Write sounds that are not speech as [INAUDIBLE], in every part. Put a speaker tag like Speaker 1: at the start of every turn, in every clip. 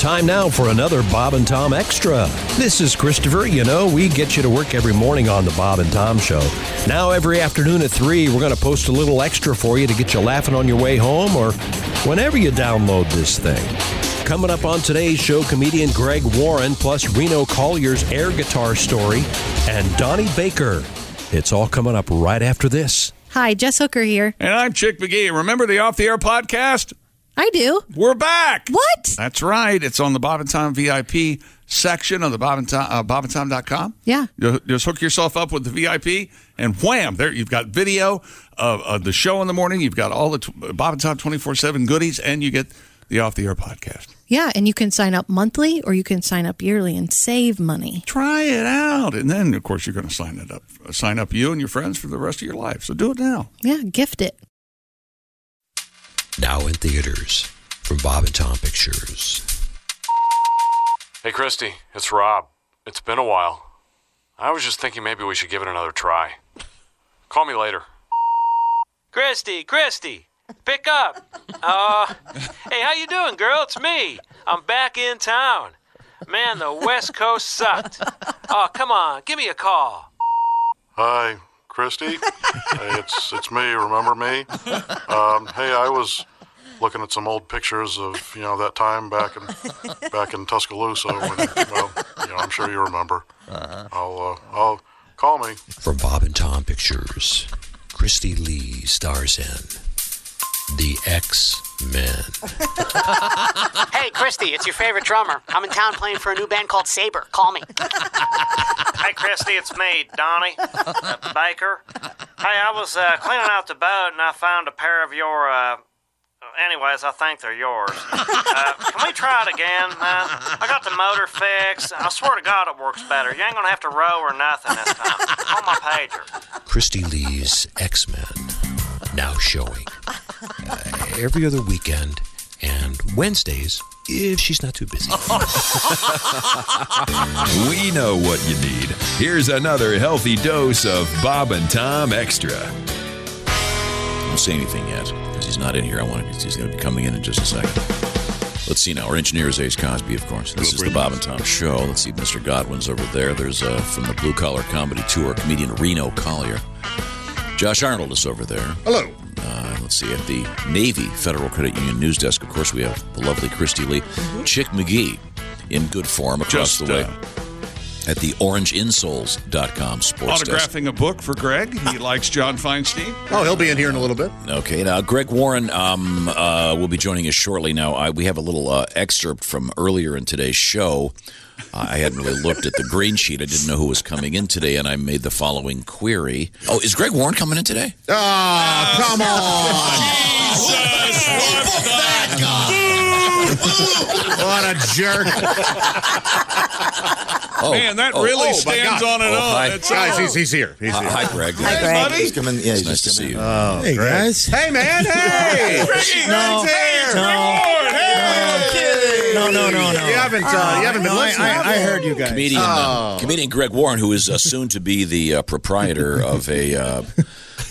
Speaker 1: Time now for another Bob and Tom Extra. This is Christopher. You know, we get you to work every morning on the Bob and Tom Show. Now, every afternoon at 3, we're going to post a little extra for you to get you laughing on your way home or whenever you download this thing. Coming up on today's show, comedian Greg Warren, plus Reno Collier's air guitar story, and Donnie Baker. It's all coming up right after this.
Speaker 2: Hi, Jess Hooker here.
Speaker 3: And I'm Chick McGee. Remember the Off the Air podcast?
Speaker 2: I do.
Speaker 3: We're back.
Speaker 2: What?
Speaker 3: That's right. It's on the Bob and Tom VIP section of the Bob and Tom, uh, bobandtom.com.
Speaker 2: Yeah.
Speaker 3: You just hook yourself up with the VIP, and wham, there you've got video of, of the show in the morning. You've got all the t- Bob and Tom 24 7 goodies, and you get the Off the Air podcast.
Speaker 2: Yeah, and you can sign up monthly or you can sign up yearly and save money.
Speaker 3: Try it out. And then, of course, you're going to sign it up. uh, Sign up you and your friends for the rest of your life. So do it now.
Speaker 2: Yeah, gift it.
Speaker 4: Now in theaters from Bob and Tom Pictures.
Speaker 5: Hey, Christy, it's Rob. It's been a while. I was just thinking maybe we should give it another try. Call me later.
Speaker 6: Christy, Christy, pick up. Uh, hey, how you doing, girl? It's me. I'm back in town. Man, the West Coast sucked. Oh, come on, give me a call.
Speaker 7: Hi,
Speaker 4: [LAUGHS]
Speaker 7: Christy. hey, it's it's me. Remember me? Um, hey, I was looking at some old pictures of you know that time back in back in Tuscaloosa. When, well, you know, I'm sure you remember.
Speaker 4: Uh-huh.
Speaker 7: I'll uh, I'll call me.
Speaker 4: From Bob and Tom Pictures. Christy Lee stars in The X Men.
Speaker 8: Hey, Christy, it's your favorite drummer. I'm in town playing for a new band called Saber. Call me.
Speaker 6: Hey, Christy, it's me, Donnie, uh, Baker. Hey, I was uh, cleaning out the boat and I found a pair of your. Uh, anyways, I think they're yours. Uh, can we try it again? man? I got the motor fixed. I swear to God, it works better. You ain't gonna have to row or nothing this time. On my pager.
Speaker 4: Christy Lee's X Men. Now showing. uh, every other weekend and Wednesdays if she's not too
Speaker 9: [LAUGHS]
Speaker 4: busy.
Speaker 10: We know what you need. Here's another healthy dose of Bob and Tom Extra.
Speaker 11: Don't say anything yet, because he's not in here. I want to, he's going to be coming in in just a second. Let's see now. Our engineer is Ace Cosby, of course. This is the Bob and Tom Show. Let's see, Mr. Godwin's over there. There's uh, from the Blue Collar Comedy Tour comedian Reno Collier. Josh Arnold is over there. Hello. Uh, let's see, at the Navy Federal Credit Union news desk, of course, we have the lovely Christy Lee. Chick McGee in good form across
Speaker 3: Mm-hmm. Just
Speaker 11: the way
Speaker 3: uh,
Speaker 11: at the orangeinsoles.com sports desk.
Speaker 3: autographing a book for Greg. He likes John Feinstein.
Speaker 9: Oh, he'll be in here in a little bit.
Speaker 11: Okay, now Greg Warren um, uh, will be joining us shortly. Now, I, we have a little uh, excerpt from earlier in today's show. I hadn't really looked at the green sheet. I didn't know who was coming in today, and I made the following query. Oh, is Greg Warren coming in today?
Speaker 9: Ah, come
Speaker 11: Oh,
Speaker 9: on. What a jerk.
Speaker 11: Oh,
Speaker 3: Man, that really stands on and
Speaker 11: Oh,
Speaker 3: on.
Speaker 11: hi.
Speaker 3: It's
Speaker 9: Guys, he's, he's here. He's
Speaker 11: Hi,
Speaker 9: here.
Speaker 11: hi, Greg.
Speaker 3: buddy.
Speaker 12: coming. Yeah,
Speaker 11: It's nice to see you.
Speaker 12: hey guys.
Speaker 9: Hey, man.
Speaker 3: [LAUGHS]
Speaker 9: Hey.
Speaker 12: No. No, no, no, no.
Speaker 9: You haven't, uh, you haven't been
Speaker 12: I,
Speaker 9: listening.
Speaker 12: I, I heard you guys.
Speaker 11: comedian, uh, comedian Greg Warren, who is uh, soon to be the uh, proprietor of a uh,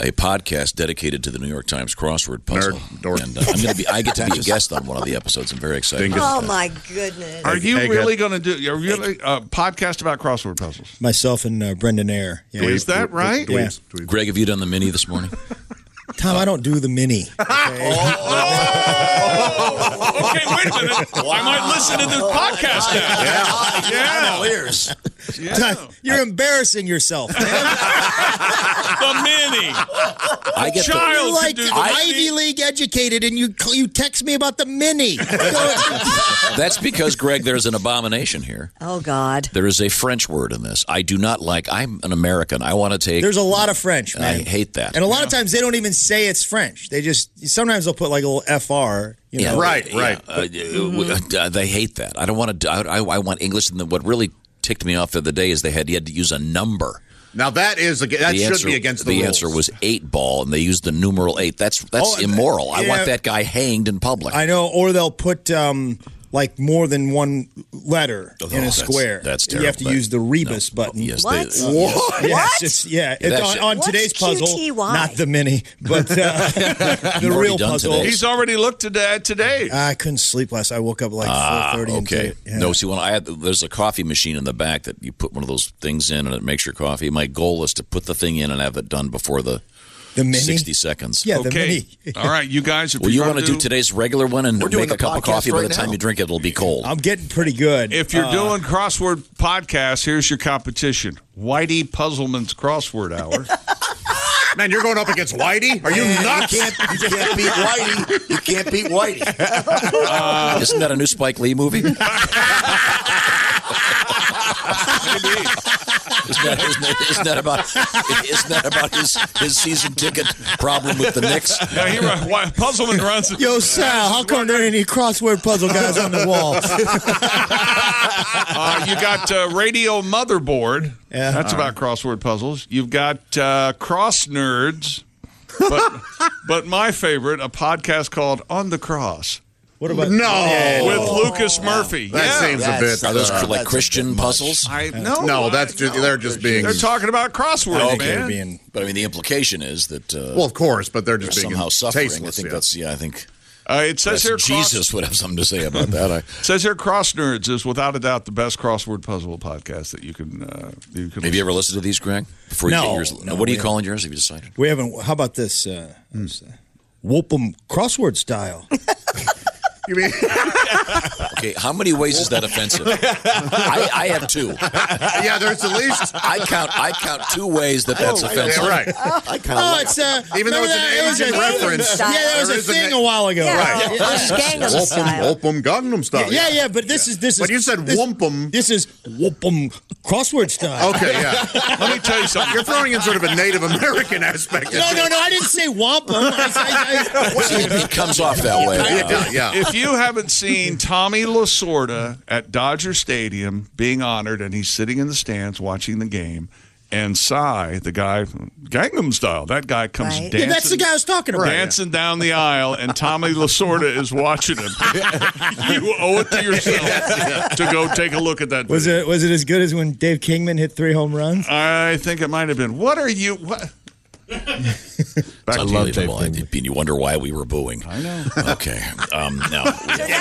Speaker 11: a podcast dedicated to the New York Times crossword puzzle.
Speaker 9: Nerd, dork.
Speaker 11: And uh, I'm going to be I get to be a guest on one of the episodes. I'm very excited.
Speaker 9: Dingus. Oh,
Speaker 11: my!
Speaker 3: Are you
Speaker 9: Hey, Greg.
Speaker 3: really going to do? Are you really a podcast about crossword puzzles?
Speaker 12: Myself and uh, Brendan Air. Yeah.
Speaker 3: Is that right?
Speaker 12: Yeah.
Speaker 11: Greg, have you done the mini this morning?
Speaker 12: [LAUGHS] Tom, I don't do the
Speaker 3: [LAUGHS]
Speaker 12: mini.
Speaker 3: Oh! Okay, wait a minute. I might listen to this podcast now.
Speaker 11: yeah, yeah. ears.
Speaker 12: Tom, you're embarrassing yourself. man.
Speaker 3: The mini.
Speaker 11: I get the-
Speaker 12: You're
Speaker 3: Child
Speaker 12: like
Speaker 3: can do the
Speaker 12: Ivy
Speaker 3: mini.
Speaker 12: League educated, and you you text me about the
Speaker 11: [LAUGHS]
Speaker 12: mini.
Speaker 11: That's because Greg, there's an abomination here.
Speaker 8: Oh, God.
Speaker 11: There is a French word in this. I do not like. I'm an American. I want to take.
Speaker 12: There's a lot of French,
Speaker 11: I
Speaker 12: man.
Speaker 11: hate that.
Speaker 12: And a lot of times they don't even say it's French. They just sometimes they'll put like a little fr. You know,
Speaker 9: Right, right.
Speaker 11: Uh, uh, they hate that. I don't want to. I, I, I want English. And the, what really ticked me off the other day is they had you had to use a number.
Speaker 9: Now, that is, ag- that
Speaker 11: the
Speaker 9: should
Speaker 11: answer,
Speaker 9: be against the, rules.
Speaker 11: answer was eight ball, and they used the numeral eight. That's that's
Speaker 12: Oh,
Speaker 11: immoral. I
Speaker 12: yeah.
Speaker 11: want that guy hanged in public.
Speaker 12: I know, or they'll put um,
Speaker 11: like more than one letter
Speaker 4: Oh,
Speaker 11: in a
Speaker 4: that's-
Speaker 11: square.
Speaker 4: that's
Speaker 11: You have to
Speaker 4: terrible.
Speaker 11: use the rebus button.
Speaker 4: yes, they- What?
Speaker 11: Yeah,
Speaker 4: What?
Speaker 11: Yeah, it's
Speaker 4: What?
Speaker 11: just- yeah,
Speaker 4: Yeah,
Speaker 11: it-
Speaker 4: that
Speaker 11: on,
Speaker 4: shit-
Speaker 11: on
Speaker 4: What's
Speaker 11: today's puzzle,
Speaker 4: QTY?
Speaker 11: not the mini, but uh, [LAUGHS]
Speaker 4: You've
Speaker 11: the
Speaker 4: already
Speaker 11: real
Speaker 4: done
Speaker 11: puzzle.
Speaker 4: today's.
Speaker 3: [LAUGHS] He's already looked at that today.
Speaker 12: Uh,
Speaker 11: I couldn't sleep last. I woke up like
Speaker 4: Ah,
Speaker 11: 4:30. and
Speaker 4: okay.
Speaker 11: did it. Yeah.
Speaker 4: No, see, when I had there's a coffee machine in the back that you put one of those things in and it makes your coffee. My goal is to put the thing in and have it done before the,
Speaker 11: The mini?
Speaker 4: sixty seconds.
Speaker 11: Yeah, the
Speaker 3: Okay. [LAUGHS] All right, you guys. If
Speaker 4: Well, you
Speaker 3: you're
Speaker 4: want to
Speaker 3: gonna
Speaker 4: do today's regular one and
Speaker 3: We're doing
Speaker 4: make a
Speaker 3: the
Speaker 4: cup of
Speaker 3: podcast
Speaker 4: coffee. by
Speaker 3: right
Speaker 4: the time
Speaker 3: now.
Speaker 4: you drink it, it'll be cold.
Speaker 11: I'm getting pretty good.
Speaker 3: If you're
Speaker 11: Uh,
Speaker 3: doing crossword podcast, here's your competition: Whitey Puzzleman's crossword hour.
Speaker 7: [LAUGHS] Man, you're going up against Whitey? Are you nuts?
Speaker 13: You can't beat Whitey. You can't beat Whitey.
Speaker 4: Uh, Isn't that a new Spike Lee
Speaker 13: [LAUGHS]
Speaker 4: movie? Isn't that, isn't that- isn't that about isn't that about his, his season ticket problem with the Knicks?
Speaker 3: Now here, uh, why- Puzzleman runs.
Speaker 11: Yo, Sal, how come there ain't any crossword puzzle guys on the wall?
Speaker 3: Uh, you got uh, radio motherboard. Yeah, that's about crossword puzzles. You've got uh, cross nerds, but [LAUGHS] but my favorite, a podcast called On the Cross.
Speaker 11: What about
Speaker 7: No. Yeah.
Speaker 3: with Lucas Murphy?
Speaker 7: Oh. That
Speaker 3: yeah.
Speaker 7: seems a bit.
Speaker 4: Are those like Christian puzzles?
Speaker 3: I no,
Speaker 7: No, that's just, they're just being. Oh,
Speaker 3: they're talking about crossword,
Speaker 4: I think
Speaker 3: man.
Speaker 4: they're being, but I mean, the implication is that uh,
Speaker 7: well, of course, but they're just
Speaker 4: they're
Speaker 7: being
Speaker 4: somehow suffering. I
Speaker 7: tasteless,
Speaker 4: think
Speaker 7: yeah.
Speaker 4: that's yeah. I think
Speaker 3: Uh, it says
Speaker 4: that's-
Speaker 3: here, cross,
Speaker 4: Jesus would have something to say about that. I,
Speaker 3: it says here, Cross Nerds is without a doubt the best crossword puzzle podcast that you can. Uh, you can
Speaker 4: have you ever listened to these, Greg? Before you
Speaker 11: No,
Speaker 4: get yours,
Speaker 11: no,
Speaker 4: what are you
Speaker 11: we
Speaker 4: calling yours? Have you decided?
Speaker 11: we haven't. How about this? Uh, what's that? Whoop'em crossword style.
Speaker 7: [LAUGHS] You mean
Speaker 4: [LAUGHS] Okay, how many ways is that
Speaker 7: [LAUGHS]
Speaker 4: offensive? I, I have two.
Speaker 7: yeah, there's at least. Oh,
Speaker 4: I count. I count two ways that that's offensive.
Speaker 7: Yeah, right.
Speaker 13: I kind
Speaker 11: Oh, it's uh,
Speaker 7: Even though it's an Asian
Speaker 11: remember that? It was a-
Speaker 7: reference.
Speaker 11: Yeah, that was
Speaker 7: there
Speaker 11: a
Speaker 7: is a
Speaker 11: thing
Speaker 7: na- Oh,
Speaker 11: a while ago.
Speaker 2: Yeah.
Speaker 11: Right.
Speaker 2: Yeah. It's Gangnam style.
Speaker 7: Whoopum, whoopum, Gangnam
Speaker 11: Yeah,
Speaker 7: style.
Speaker 11: yeah, yeah, but this is this is.
Speaker 7: But you said
Speaker 11: this,
Speaker 7: wampum.
Speaker 11: This is wampum crossword style.
Speaker 7: Okay, yeah.
Speaker 3: Let me tell you something.
Speaker 7: You're throwing in sort of a Native American aspect.
Speaker 11: No, no, no! I didn't say wampum. I, I,
Speaker 4: [LAUGHS]
Speaker 11: I,
Speaker 4: See, it comes off that way.
Speaker 7: Yeah, yeah.
Speaker 3: if you haven't seen Tommy Lasorda at Dodger Stadium being honored, and he's sitting in the stands watching the game, and Psy, the guy, Gangnam Style, that guy comes
Speaker 2: Right.
Speaker 3: dancing.
Speaker 11: Yeah, that's the guy I was talking about.
Speaker 3: Dancing down the aisle, and Tommy Lasorda is watching him. you owe it to yourself to go take a look at that.
Speaker 11: Was
Speaker 3: video.
Speaker 11: it was it as good as when Dave Kingman hit three home runs?
Speaker 3: I think it might have been. What are you? What? Back
Speaker 4: I
Speaker 3: to you.
Speaker 4: love Dave And you wonder why we were booing. I know. Okay. Um,
Speaker 11: [LAUGHS]
Speaker 4: now,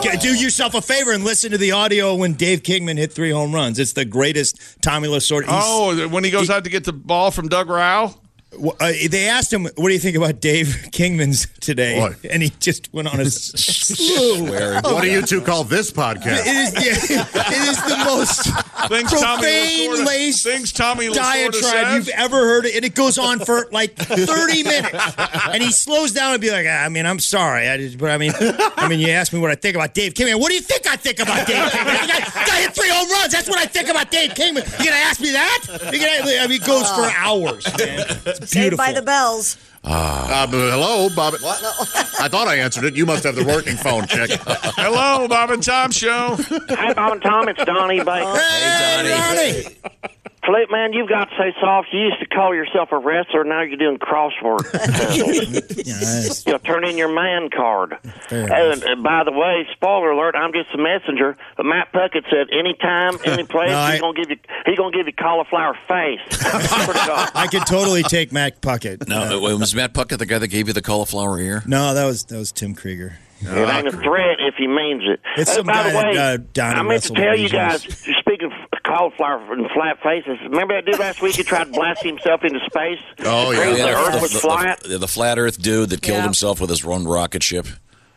Speaker 11: G- Do yourself a favor and listen to the audio when Dave Kingman hit three home runs. It's the greatest Tommy Lasorda. he's-
Speaker 3: Oh, when he goes out to get the ball from Doug Rao.
Speaker 11: Well, uh, they asked him, "What do you think about Dave Kingman's today?"
Speaker 7: What?
Speaker 11: And he just went on a s- slew.
Speaker 4: Swearing.
Speaker 7: What do you two call this podcast?
Speaker 11: It is, yeah, it is the most
Speaker 3: Things Tommy
Speaker 11: profane,
Speaker 3: Lasorda-
Speaker 11: laced
Speaker 3: things Tommy Lasorda
Speaker 11: diatribe
Speaker 3: says.
Speaker 11: you've ever heard, and it goes on for like thirty minutes. And he slows down and be like, "Ah, "I mean, I'm sorry, I just, but I mean, I mean, you asked me what I think about Dave Kingman. What do you think I think about Dave Kingman? I, I hit three home runs. That's what I think about Dave Kingman. You gonna ask me that? You gonna, I mean, it goes for hours. Man. It's
Speaker 2: Saved
Speaker 11: beautiful.
Speaker 2: by the bells.
Speaker 7: Uh, but hello, Bob. I thought I answered it. You must have the working phone check.
Speaker 3: Hello, Bob and Tom Show.
Speaker 8: Hi, Bob and Tom. It's Donnie Baker.
Speaker 11: Hey, Ronnie.
Speaker 8: Flip, man, you've got so soft. You used to call yourself a wrestler. Now you're doing
Speaker 11: [LAUGHS]
Speaker 8: crossword puzzles.
Speaker 11: Yes.
Speaker 8: you know, turn in your man card.
Speaker 11: Fair
Speaker 8: And, uh, by the way, spoiler alert, I'm just a messenger. But Matt Puckett said,
Speaker 11: [LAUGHS]
Speaker 8: anytime, any place,
Speaker 11: No, I-
Speaker 8: he's gonna give you he's gonna give you cauliflower face. Swear to God.
Speaker 11: I could totally take Mac Puckett.
Speaker 4: now, uh, was Matt Puckett the guy that gave you the cauliflower ear?
Speaker 11: No, that was that was Tim Krieger.
Speaker 8: It ain't a threat if he means it.
Speaker 11: It's some
Speaker 8: by
Speaker 11: guy
Speaker 8: the
Speaker 11: that,
Speaker 8: way,
Speaker 11: uh, Donnie
Speaker 8: I meant to
Speaker 11: wrestled
Speaker 8: tell you
Speaker 11: Asians.
Speaker 8: guys, speaking of cauliflower and flat faces, remember that dude last week who tried to blast himself into space?
Speaker 7: Oh, yeah.
Speaker 8: Claimed
Speaker 4: Yeah,
Speaker 8: The
Speaker 4: the-
Speaker 8: earth was
Speaker 4: the-
Speaker 8: flat.
Speaker 4: the- the flat Earth dude that killed
Speaker 2: Yeah.
Speaker 4: himself with his own rocket ship.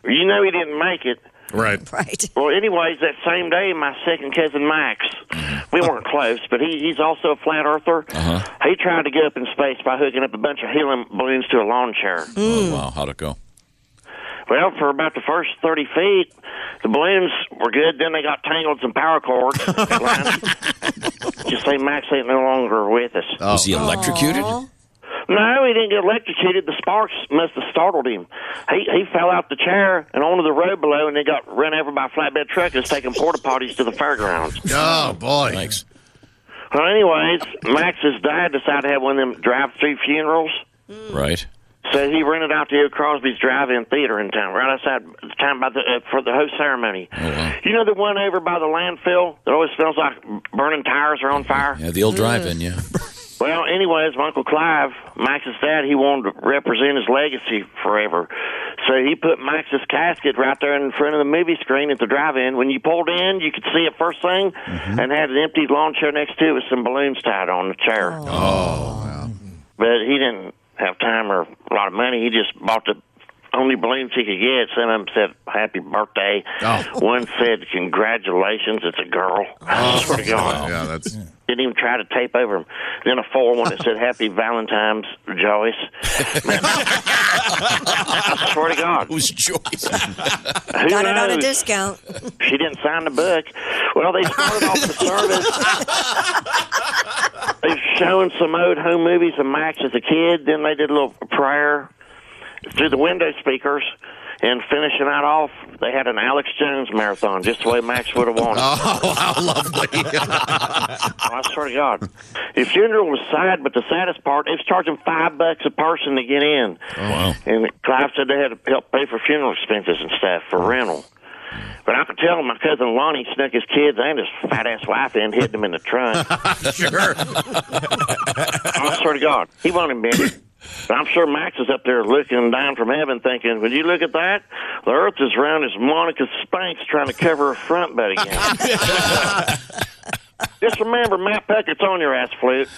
Speaker 8: You know he didn't make it.
Speaker 7: Right.
Speaker 2: Right.
Speaker 8: Well, anyways, that same day, my second cousin Max, we weren't close, but he, he's also a flat earther. He tried to get up in space by hooking up a bunch of helium balloons to a lawn chair.
Speaker 4: Oh, wow, how'd it go?
Speaker 8: Well, for about the first 30 feet, the balloons were good. Then they got tangled in some power cords. Just say Max ain't no longer with us.
Speaker 4: Was he electrocuted?
Speaker 8: No, he didn't get electrocuted. The sparks must have startled him. He he fell out the chair and onto the road below, and they got run over by flatbed truckers taking porta potties to the fairgrounds.
Speaker 7: Oh boy.
Speaker 4: Thanks.
Speaker 8: Well, anyways, Max's dad decided to have one of them drive-through funerals.
Speaker 4: Right.
Speaker 11: So he rented out the old Crosby's Drive-In Theater in town, right outside the town by the uh, for the host ceremony. You know the one over by the landfill that always smells like burning tires are on fire.
Speaker 4: Yeah, the old drive-in, yeah.
Speaker 11: Well, anyways, my Uncle Clive, Max's dad, he wanted to represent his legacy forever. So he put Max's casket right there in front of the movie screen at the drive in. When you pulled in, you could see it first thing and had an empty lawn chair next to it with some balloons tied on the chair. Oh, But he didn't have time or a lot of money. He just bought the only balloons he could get. Some of them said, Happy birthday. One said, Congratulations, it's a girl. I swear to God.
Speaker 9: Yeah, that's.
Speaker 11: Didn't even try to tape over him. Then a foil one that said "Happy Valentine's, Joyce." Man, I swear to God,
Speaker 4: who's Joyce?
Speaker 11: Who
Speaker 2: Got it on a
Speaker 11: knows?
Speaker 2: discount.
Speaker 11: She didn't sign the book. Well, they started off the
Speaker 9: [LAUGHS]
Speaker 11: service. They've shown some old home movies of Max as a kid. Then they did a little prayer through the window speakers. And finishing that off, they had an Alex Jones marathon, just the way Max would have wanted.
Speaker 9: Oh, how
Speaker 11: [LAUGHS]
Speaker 9: lovely.
Speaker 11: I swear to God. His funeral was sad, but the saddest part, they was charging five bucks a person to get in.
Speaker 9: Oh,
Speaker 4: wow.
Speaker 11: And Clive said they had to help pay for funeral expenses and stuff for rental. But I could tell my cousin Lonnie snuck his kids and his fat ass wife in, hitting them in the trunk. Oh,
Speaker 9: sure.
Speaker 11: I swear to God, he won't admit it. But I'm sure Max is up there looking down from heaven, thinking, "Would you look at that? The Earth is round as Monica Spanks trying to cover her front butt again." Just remember, Matt Peckert's on your ass, flute.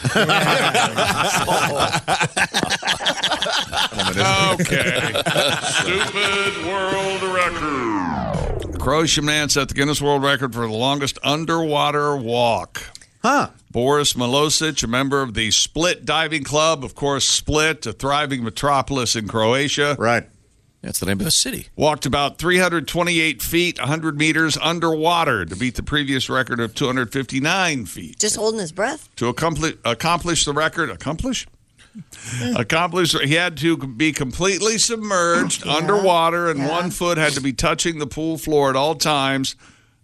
Speaker 3: Okay. [LAUGHS] Stupid world record. Croatian man set the Guinness World Record for the longest underwater walk. Huh. Boris Milosic, a member of the Split Diving Club, of course, Split, a thriving metropolis in Croatia.
Speaker 9: Right.
Speaker 4: That's the name of the city.
Speaker 3: Walked about 328 feet, 100 meters underwater to beat the previous record of 259 feet.
Speaker 2: Just holding his breath.
Speaker 3: To accomplish, accomplish the record, accomplish? accomplish, he had to be completely submerged underwater and one foot had to be touching the pool floor at all times.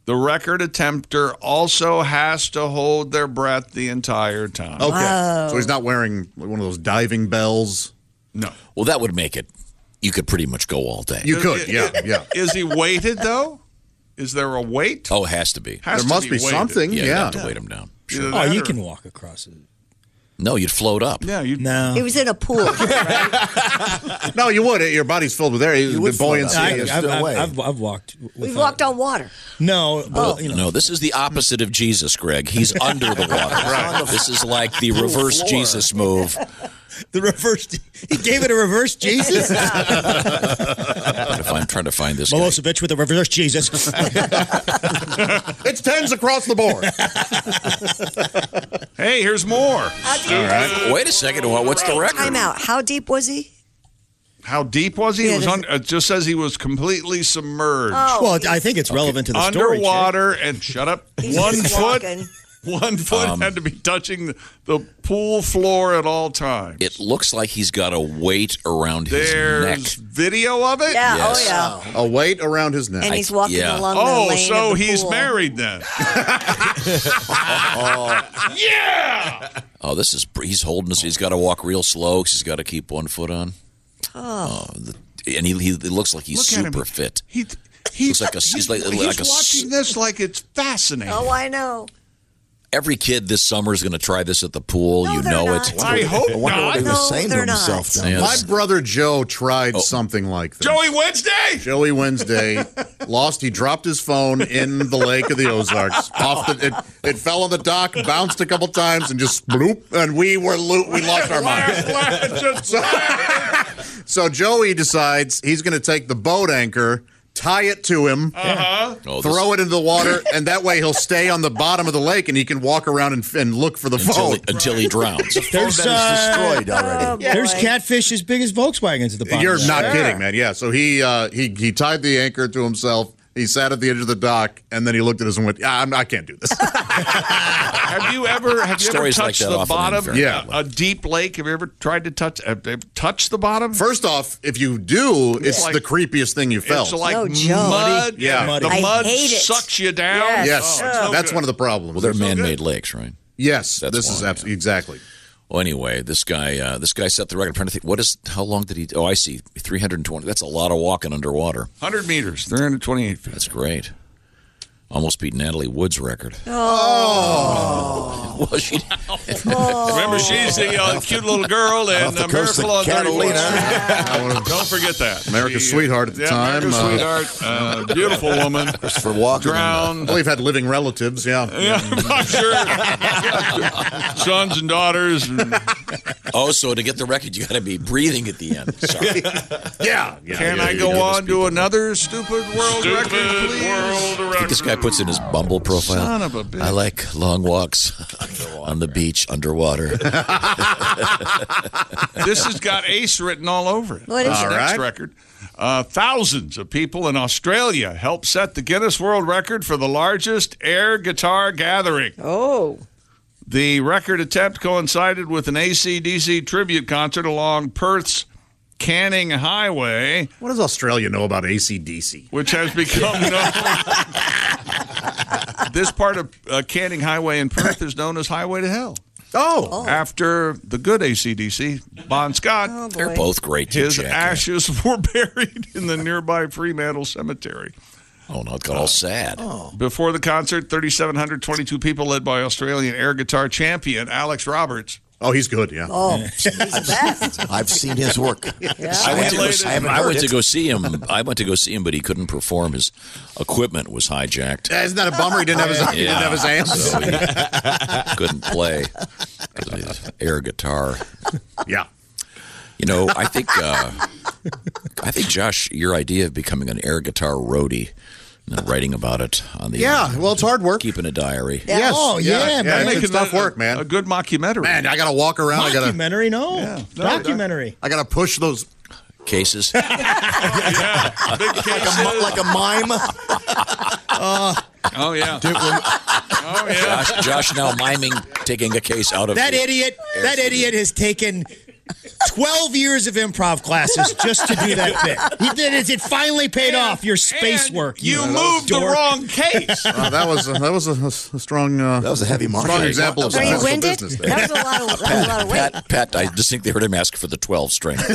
Speaker 3: The record attempter also has to hold their breath the entire time.
Speaker 9: Okay. So he's not wearing one of those diving bells.
Speaker 3: No.
Speaker 4: Well, that would make it. You could pretty much go all day.
Speaker 9: You could, yeah, yeah.
Speaker 3: Is he weighted, though? Is there a weight?
Speaker 4: Oh, it has to be.
Speaker 3: Has There to must be be weighted. something,
Speaker 4: Yeah, you'd have
Speaker 3: yeah.
Speaker 4: to weight them down.
Speaker 3: Either
Speaker 12: Oh,
Speaker 3: that
Speaker 12: you
Speaker 3: or-
Speaker 12: can walk across it.
Speaker 4: No, you'd float up.
Speaker 3: Yeah, you
Speaker 12: No.
Speaker 2: It was in a pool. right?
Speaker 9: No, you would. Your body's filled with air.
Speaker 12: would
Speaker 9: The buoyancy.
Speaker 12: float up.
Speaker 9: is
Speaker 12: I- I've-
Speaker 9: still
Speaker 12: I've-
Speaker 9: away.
Speaker 12: I've- walked.
Speaker 2: We've walked on water.
Speaker 12: No,
Speaker 4: Well,
Speaker 12: but, you know,
Speaker 4: no, this is the opposite of Jesus, Greg. He's under the water. This is like the reverse
Speaker 12: floor.
Speaker 4: Jesus move.
Speaker 12: the reverse. He gave it a reverse Jesus.
Speaker 4: But if I'm trying to find this,
Speaker 12: Milosevic with a reverse Jesus.
Speaker 9: it's tens across the
Speaker 12: [LAUGHS]
Speaker 9: board.
Speaker 3: Hey, here's more.
Speaker 4: all right. Wait a second. What, what's the record?
Speaker 2: Time out. How deep was he?
Speaker 3: How deep was he?
Speaker 2: Yeah,
Speaker 3: it, was
Speaker 2: this-
Speaker 3: un- it just says he was completely submerged.
Speaker 2: Oh,
Speaker 12: well, I think it's relevant to the story. Jay.
Speaker 3: underwater and shut up.
Speaker 2: [LAUGHS] He's
Speaker 3: one
Speaker 2: just
Speaker 3: foot,
Speaker 2: walking.
Speaker 3: one foot
Speaker 4: Um,
Speaker 3: had to be touching the, the pool floor at all times.
Speaker 4: It looks like he's got a weight around
Speaker 3: There's
Speaker 4: his neck.
Speaker 3: video of it.
Speaker 2: Yeah.
Speaker 4: Yes.
Speaker 2: Oh, yeah.
Speaker 9: A weight around his neck.
Speaker 2: And he's walking
Speaker 4: yeah.
Speaker 2: along the
Speaker 3: Oh,
Speaker 2: lane.
Speaker 3: so
Speaker 2: of the
Speaker 3: he's
Speaker 2: pool.
Speaker 3: married then.
Speaker 4: Oh, this is br- he's holding us. He's got to walk real slow because he's got to keep one foot on. Oh, the, and he, he it looks like he's
Speaker 3: Look at him.
Speaker 4: super fit.
Speaker 3: He, he,
Speaker 4: Looks like a- he's like-
Speaker 3: he's
Speaker 4: like a s-
Speaker 3: watching this like it's fascinating.
Speaker 2: Oh, I know.
Speaker 4: Every kid this summer is going to try this at the pool.
Speaker 2: No,
Speaker 4: you
Speaker 2: they're
Speaker 4: know
Speaker 2: not.
Speaker 4: it.
Speaker 3: I hope not.
Speaker 2: No, they're not.
Speaker 4: Yeah,
Speaker 9: My
Speaker 4: this-
Speaker 9: brother Joe tried something like this.
Speaker 3: Joey Wednesday.
Speaker 9: Joey Wednesday lost. He dropped his phone in the lake of the Ozarks. Off the, it, it fell on the dock, bounced a couple times, and just bloop. And we were lo- we lost our minds.
Speaker 4: [LAUGHS]
Speaker 3: Just-
Speaker 9: So Joey decides he's going to take the boat anchor, tie it to him,
Speaker 4: oh, this-
Speaker 9: throw it into the water, [LAUGHS] and that way he'll stay on the bottom of the lake and he can walk around and, and look for the
Speaker 4: until,
Speaker 9: phone.
Speaker 4: he, until he drowns.
Speaker 12: There's, uh,
Speaker 14: destroyed already.
Speaker 2: Oh,
Speaker 12: there's
Speaker 2: boy.
Speaker 12: catfish as big as Volkswagens at the bottom.
Speaker 9: You're not kidding, man. Yeah. So he uh, he he tied the anchor to himself. He sat at the edge of the dock, and then he looked at us and went, "Yeah, I'm, I can't do this."
Speaker 3: have you
Speaker 4: [LAUGHS]
Speaker 3: ever have you ever
Speaker 4: Stories like
Speaker 3: touched
Speaker 4: that
Speaker 3: the
Speaker 4: often end
Speaker 3: bottom?
Speaker 4: very
Speaker 9: Yeah.
Speaker 3: a deep lake. Have you ever tried to touch? uh, Have you touched the bottom?
Speaker 9: First off, if you do, it's
Speaker 3: like-
Speaker 9: the creepiest thing you felt.
Speaker 3: It's like
Speaker 2: No joke.
Speaker 3: mud.
Speaker 9: Yeah.
Speaker 3: The
Speaker 12: Muddy.
Speaker 2: I
Speaker 3: mud
Speaker 2: hate it.
Speaker 3: sucks you down.
Speaker 2: Yes.
Speaker 9: yes,
Speaker 3: Oh, it's no
Speaker 9: that's
Speaker 3: good.
Speaker 9: one of the problems.
Speaker 4: Well, they're man-made lakes, right?
Speaker 9: yes,
Speaker 4: That's
Speaker 9: this is
Speaker 4: why,
Speaker 9: absolutely exactly.
Speaker 4: Well, anyway, this guy uh, this guy set the record. I'm trying to think, what is how long did he? Oh, I see, 320. That's a lot of walking underwater.
Speaker 3: 100 meters, 328 feet.
Speaker 4: That's great. Almost beat Natalie Wood's record.
Speaker 2: Oh.
Speaker 4: [LAUGHS] well, she.
Speaker 3: Remember, she's
Speaker 9: [LAUGHS]
Speaker 3: the uh, cute little girl
Speaker 4: Off
Speaker 3: and
Speaker 4: the
Speaker 3: uh,
Speaker 4: coast of
Speaker 3: Miracle on 31st [LAUGHS]
Speaker 9: Catalina.
Speaker 3: Street. Don't forget that.
Speaker 9: America's sweetheart at the
Speaker 3: yeah,
Speaker 9: time.
Speaker 3: America's sweetheart, uh, beautiful woman.
Speaker 9: [LAUGHS] Christopher Walken.
Speaker 3: Drowned.
Speaker 9: Well, we've had living relatives, yeah.
Speaker 3: Yeah, I'm
Speaker 9: [LAUGHS]
Speaker 3: sure. Sons and daughters.
Speaker 4: oh, so to get the record, you got to be breathing at the end. Sorry.
Speaker 9: yeah.
Speaker 3: Can
Speaker 4: yeah,
Speaker 3: I
Speaker 4: you
Speaker 3: go
Speaker 4: goodness
Speaker 3: on to another stupid world record, please?
Speaker 4: I think this guy puts in his Bumble profile.
Speaker 3: Son of a bitch.
Speaker 4: I like long walks on the beach underwater.
Speaker 3: [LAUGHS] this has got ace written all over it.
Speaker 4: What is
Speaker 3: This
Speaker 4: it?
Speaker 3: next
Speaker 4: All right.
Speaker 3: record? Uh, thousands of people in Australia helped set the Guinness World Record for the largest air guitar gathering.
Speaker 2: Oh.
Speaker 3: The record attempt coincided with an ACDC tribute concert along Perth's Canning Highway,
Speaker 9: What does Australia know about ACDC?
Speaker 3: which has become known. this part of uh, Canning Highway in Perth is known as Highway to Hell.
Speaker 9: Oh. Oh.
Speaker 3: After the good ACDC, Bon Scott.
Speaker 4: They're both great. you
Speaker 3: His
Speaker 4: jackass.
Speaker 3: ashes [LAUGHS] were buried in the nearby Fremantle Cemetery.
Speaker 4: Oh no, it got all sad. Oh.
Speaker 3: Before the concert, 3,722 people, led by Australian air guitar champion Alex Roberts.
Speaker 9: Oh, he's good, yeah.
Speaker 2: Oh, he's best.
Speaker 4: [LAUGHS]
Speaker 14: I've seen
Speaker 12: [LAUGHS]
Speaker 14: his work.
Speaker 4: I went, to go,
Speaker 14: I haven't
Speaker 4: I
Speaker 14: heard
Speaker 4: went
Speaker 14: it.
Speaker 4: to go see him. I went to go see him, but he couldn't perform. His equipment was hijacked.
Speaker 9: Yeah, Isn't that a bummer? He didn't have his, he didn't
Speaker 4: Yeah.
Speaker 9: have his amps.
Speaker 4: So he couldn't play [LAUGHS] 'cause of his air guitar.
Speaker 9: Yeah.
Speaker 4: You know, I think uh, I think Josh, your idea of becoming an air guitar roadie, you know, writing about it on the
Speaker 9: Yeah, well, it's hard work.
Speaker 4: keeping a diary.
Speaker 9: Yes.
Speaker 12: Oh, yeah,
Speaker 9: Making
Speaker 12: man. Making
Speaker 9: stuff work, man.
Speaker 3: A good mockumentary.
Speaker 9: Man, I got to walk around. I got to
Speaker 12: Documentary? No.
Speaker 9: no,
Speaker 12: Documentary.
Speaker 9: I got to push those
Speaker 4: cases.
Speaker 3: Big cases.
Speaker 14: Like a mime.
Speaker 3: oh yeah. oh yeah.
Speaker 4: Josh, Josh now miming taking a case out of
Speaker 12: That
Speaker 4: the-
Speaker 12: idiot. That idiot has taken. 12 years of improv classes just to do that bit. He did it. It finally paid off your space work.
Speaker 3: You moved the
Speaker 12: dork.
Speaker 3: wrong
Speaker 6: [LAUGHS]
Speaker 3: case.
Speaker 6: Oh,
Speaker 9: Uh, that was that was a, a strong uh, that
Speaker 14: was a heavy mark.
Speaker 9: strong
Speaker 14: Sorry.
Speaker 9: example of
Speaker 2: Are you
Speaker 9: successful
Speaker 2: winded?
Speaker 9: business. There.
Speaker 2: That was a lot of, that was a lot of weight.
Speaker 4: Pat, Pat, I distinctly heard him ask for the
Speaker 12: [LAUGHS]
Speaker 4: 12 string. Do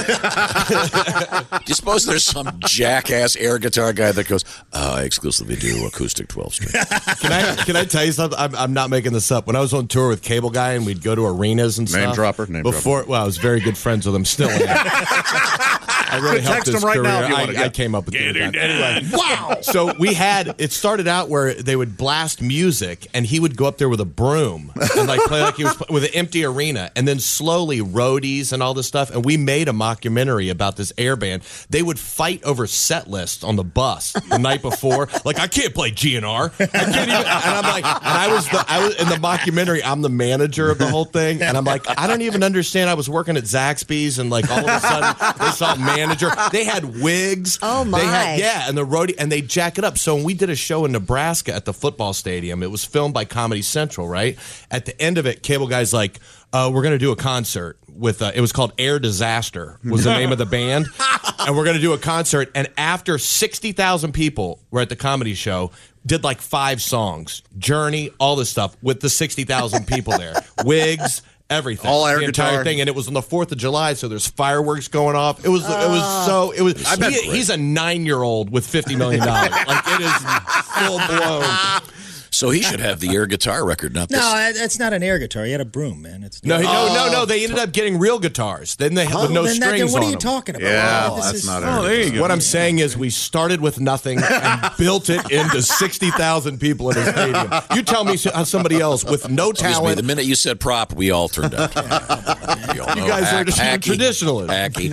Speaker 4: you suppose there's some jackass air guitar guy that goes, uh, I exclusively do acoustic 12 string?
Speaker 6: Can I can I tell you something? I'm, I'm not making this up. When I was on tour with Cable Guy and we'd go to arenas and
Speaker 9: Name
Speaker 6: stuff.
Speaker 9: dropper, name
Speaker 6: before, well, I was very good friends with him. Still, am. [LAUGHS] I really
Speaker 9: Text
Speaker 6: helped
Speaker 9: him
Speaker 6: his
Speaker 9: right
Speaker 6: career.
Speaker 9: now if you
Speaker 6: I,
Speaker 9: wanna
Speaker 6: I
Speaker 9: get-
Speaker 6: came up with
Speaker 3: Get
Speaker 6: it.
Speaker 3: her done.
Speaker 6: Wow! So we had it started out where they would blast music, and he would go up there with a broom and like play like he was with an empty arena, and then slowly roadies and all this stuff. And we made a mockumentary about this air band. They would fight over set lists on the bus the night before. Like I can't play GNR. I can't even. And I'm like, and I was the I was in the mockumentary. I'm the manager of the whole thing, and I'm like, I don't even understand. I was working at Zaxby's, and like [LAUGHS] all of a sudden they saw manager. They had wigs.
Speaker 2: Oh,
Speaker 6: They
Speaker 2: my.
Speaker 6: had, yeah, and the roadie and they jack it up. So when we did a show in Nebraska at the football stadium, it was filmed by Comedy Central, right? At the end of it, cable guys like, uh, we're gonna do a concert with uh, it was called Air Disaster was the name of the
Speaker 12: [LAUGHS]
Speaker 6: band, and we're gonna do a concert. And after sixty thousand people were at the comedy show. Did like five songs, Journey, all this stuff with the sixty thousand
Speaker 12: [LAUGHS]
Speaker 6: people there, wigs, everything,
Speaker 9: All air
Speaker 6: the entire
Speaker 9: guitar.
Speaker 6: thing, and it was on the Fourth of July, so there's fireworks going off. It was it
Speaker 12: Ah.
Speaker 6: was so it was.
Speaker 9: I bet-
Speaker 6: he- he's a nine year old with fifty million dollars.
Speaker 12: [LAUGHS]
Speaker 6: like it is full blown.
Speaker 4: so he should have the air guitar record, not
Speaker 12: No,
Speaker 4: this.
Speaker 12: that- that's not an air guitar. He had a broom, man. It's
Speaker 6: No, he- no, no, no. They ended up getting real guitars. Then they had with no
Speaker 12: Oh. then that- then
Speaker 6: strings.
Speaker 12: what are
Speaker 6: on
Speaker 12: you
Speaker 6: them.
Speaker 12: talking about?
Speaker 9: Yeah,
Speaker 12: Oh, this
Speaker 9: that's
Speaker 12: is-
Speaker 9: not
Speaker 3: Oh, there you go.
Speaker 6: What I'm saying is, we started with nothing and
Speaker 3: [LAUGHS]
Speaker 6: built it into sixty thousand people in a stadium. You tell me so- how somebody else with no
Speaker 4: Excuse me, the
Speaker 6: talent.
Speaker 4: minute you said prop, we all
Speaker 12: [LAUGHS]
Speaker 4: turned up. you, all
Speaker 6: You
Speaker 4: know,
Speaker 3: Oh,
Speaker 6: guys are
Speaker 4: hack-
Speaker 6: just
Speaker 4: hacky,
Speaker 6: traditionalists.
Speaker 4: hacky.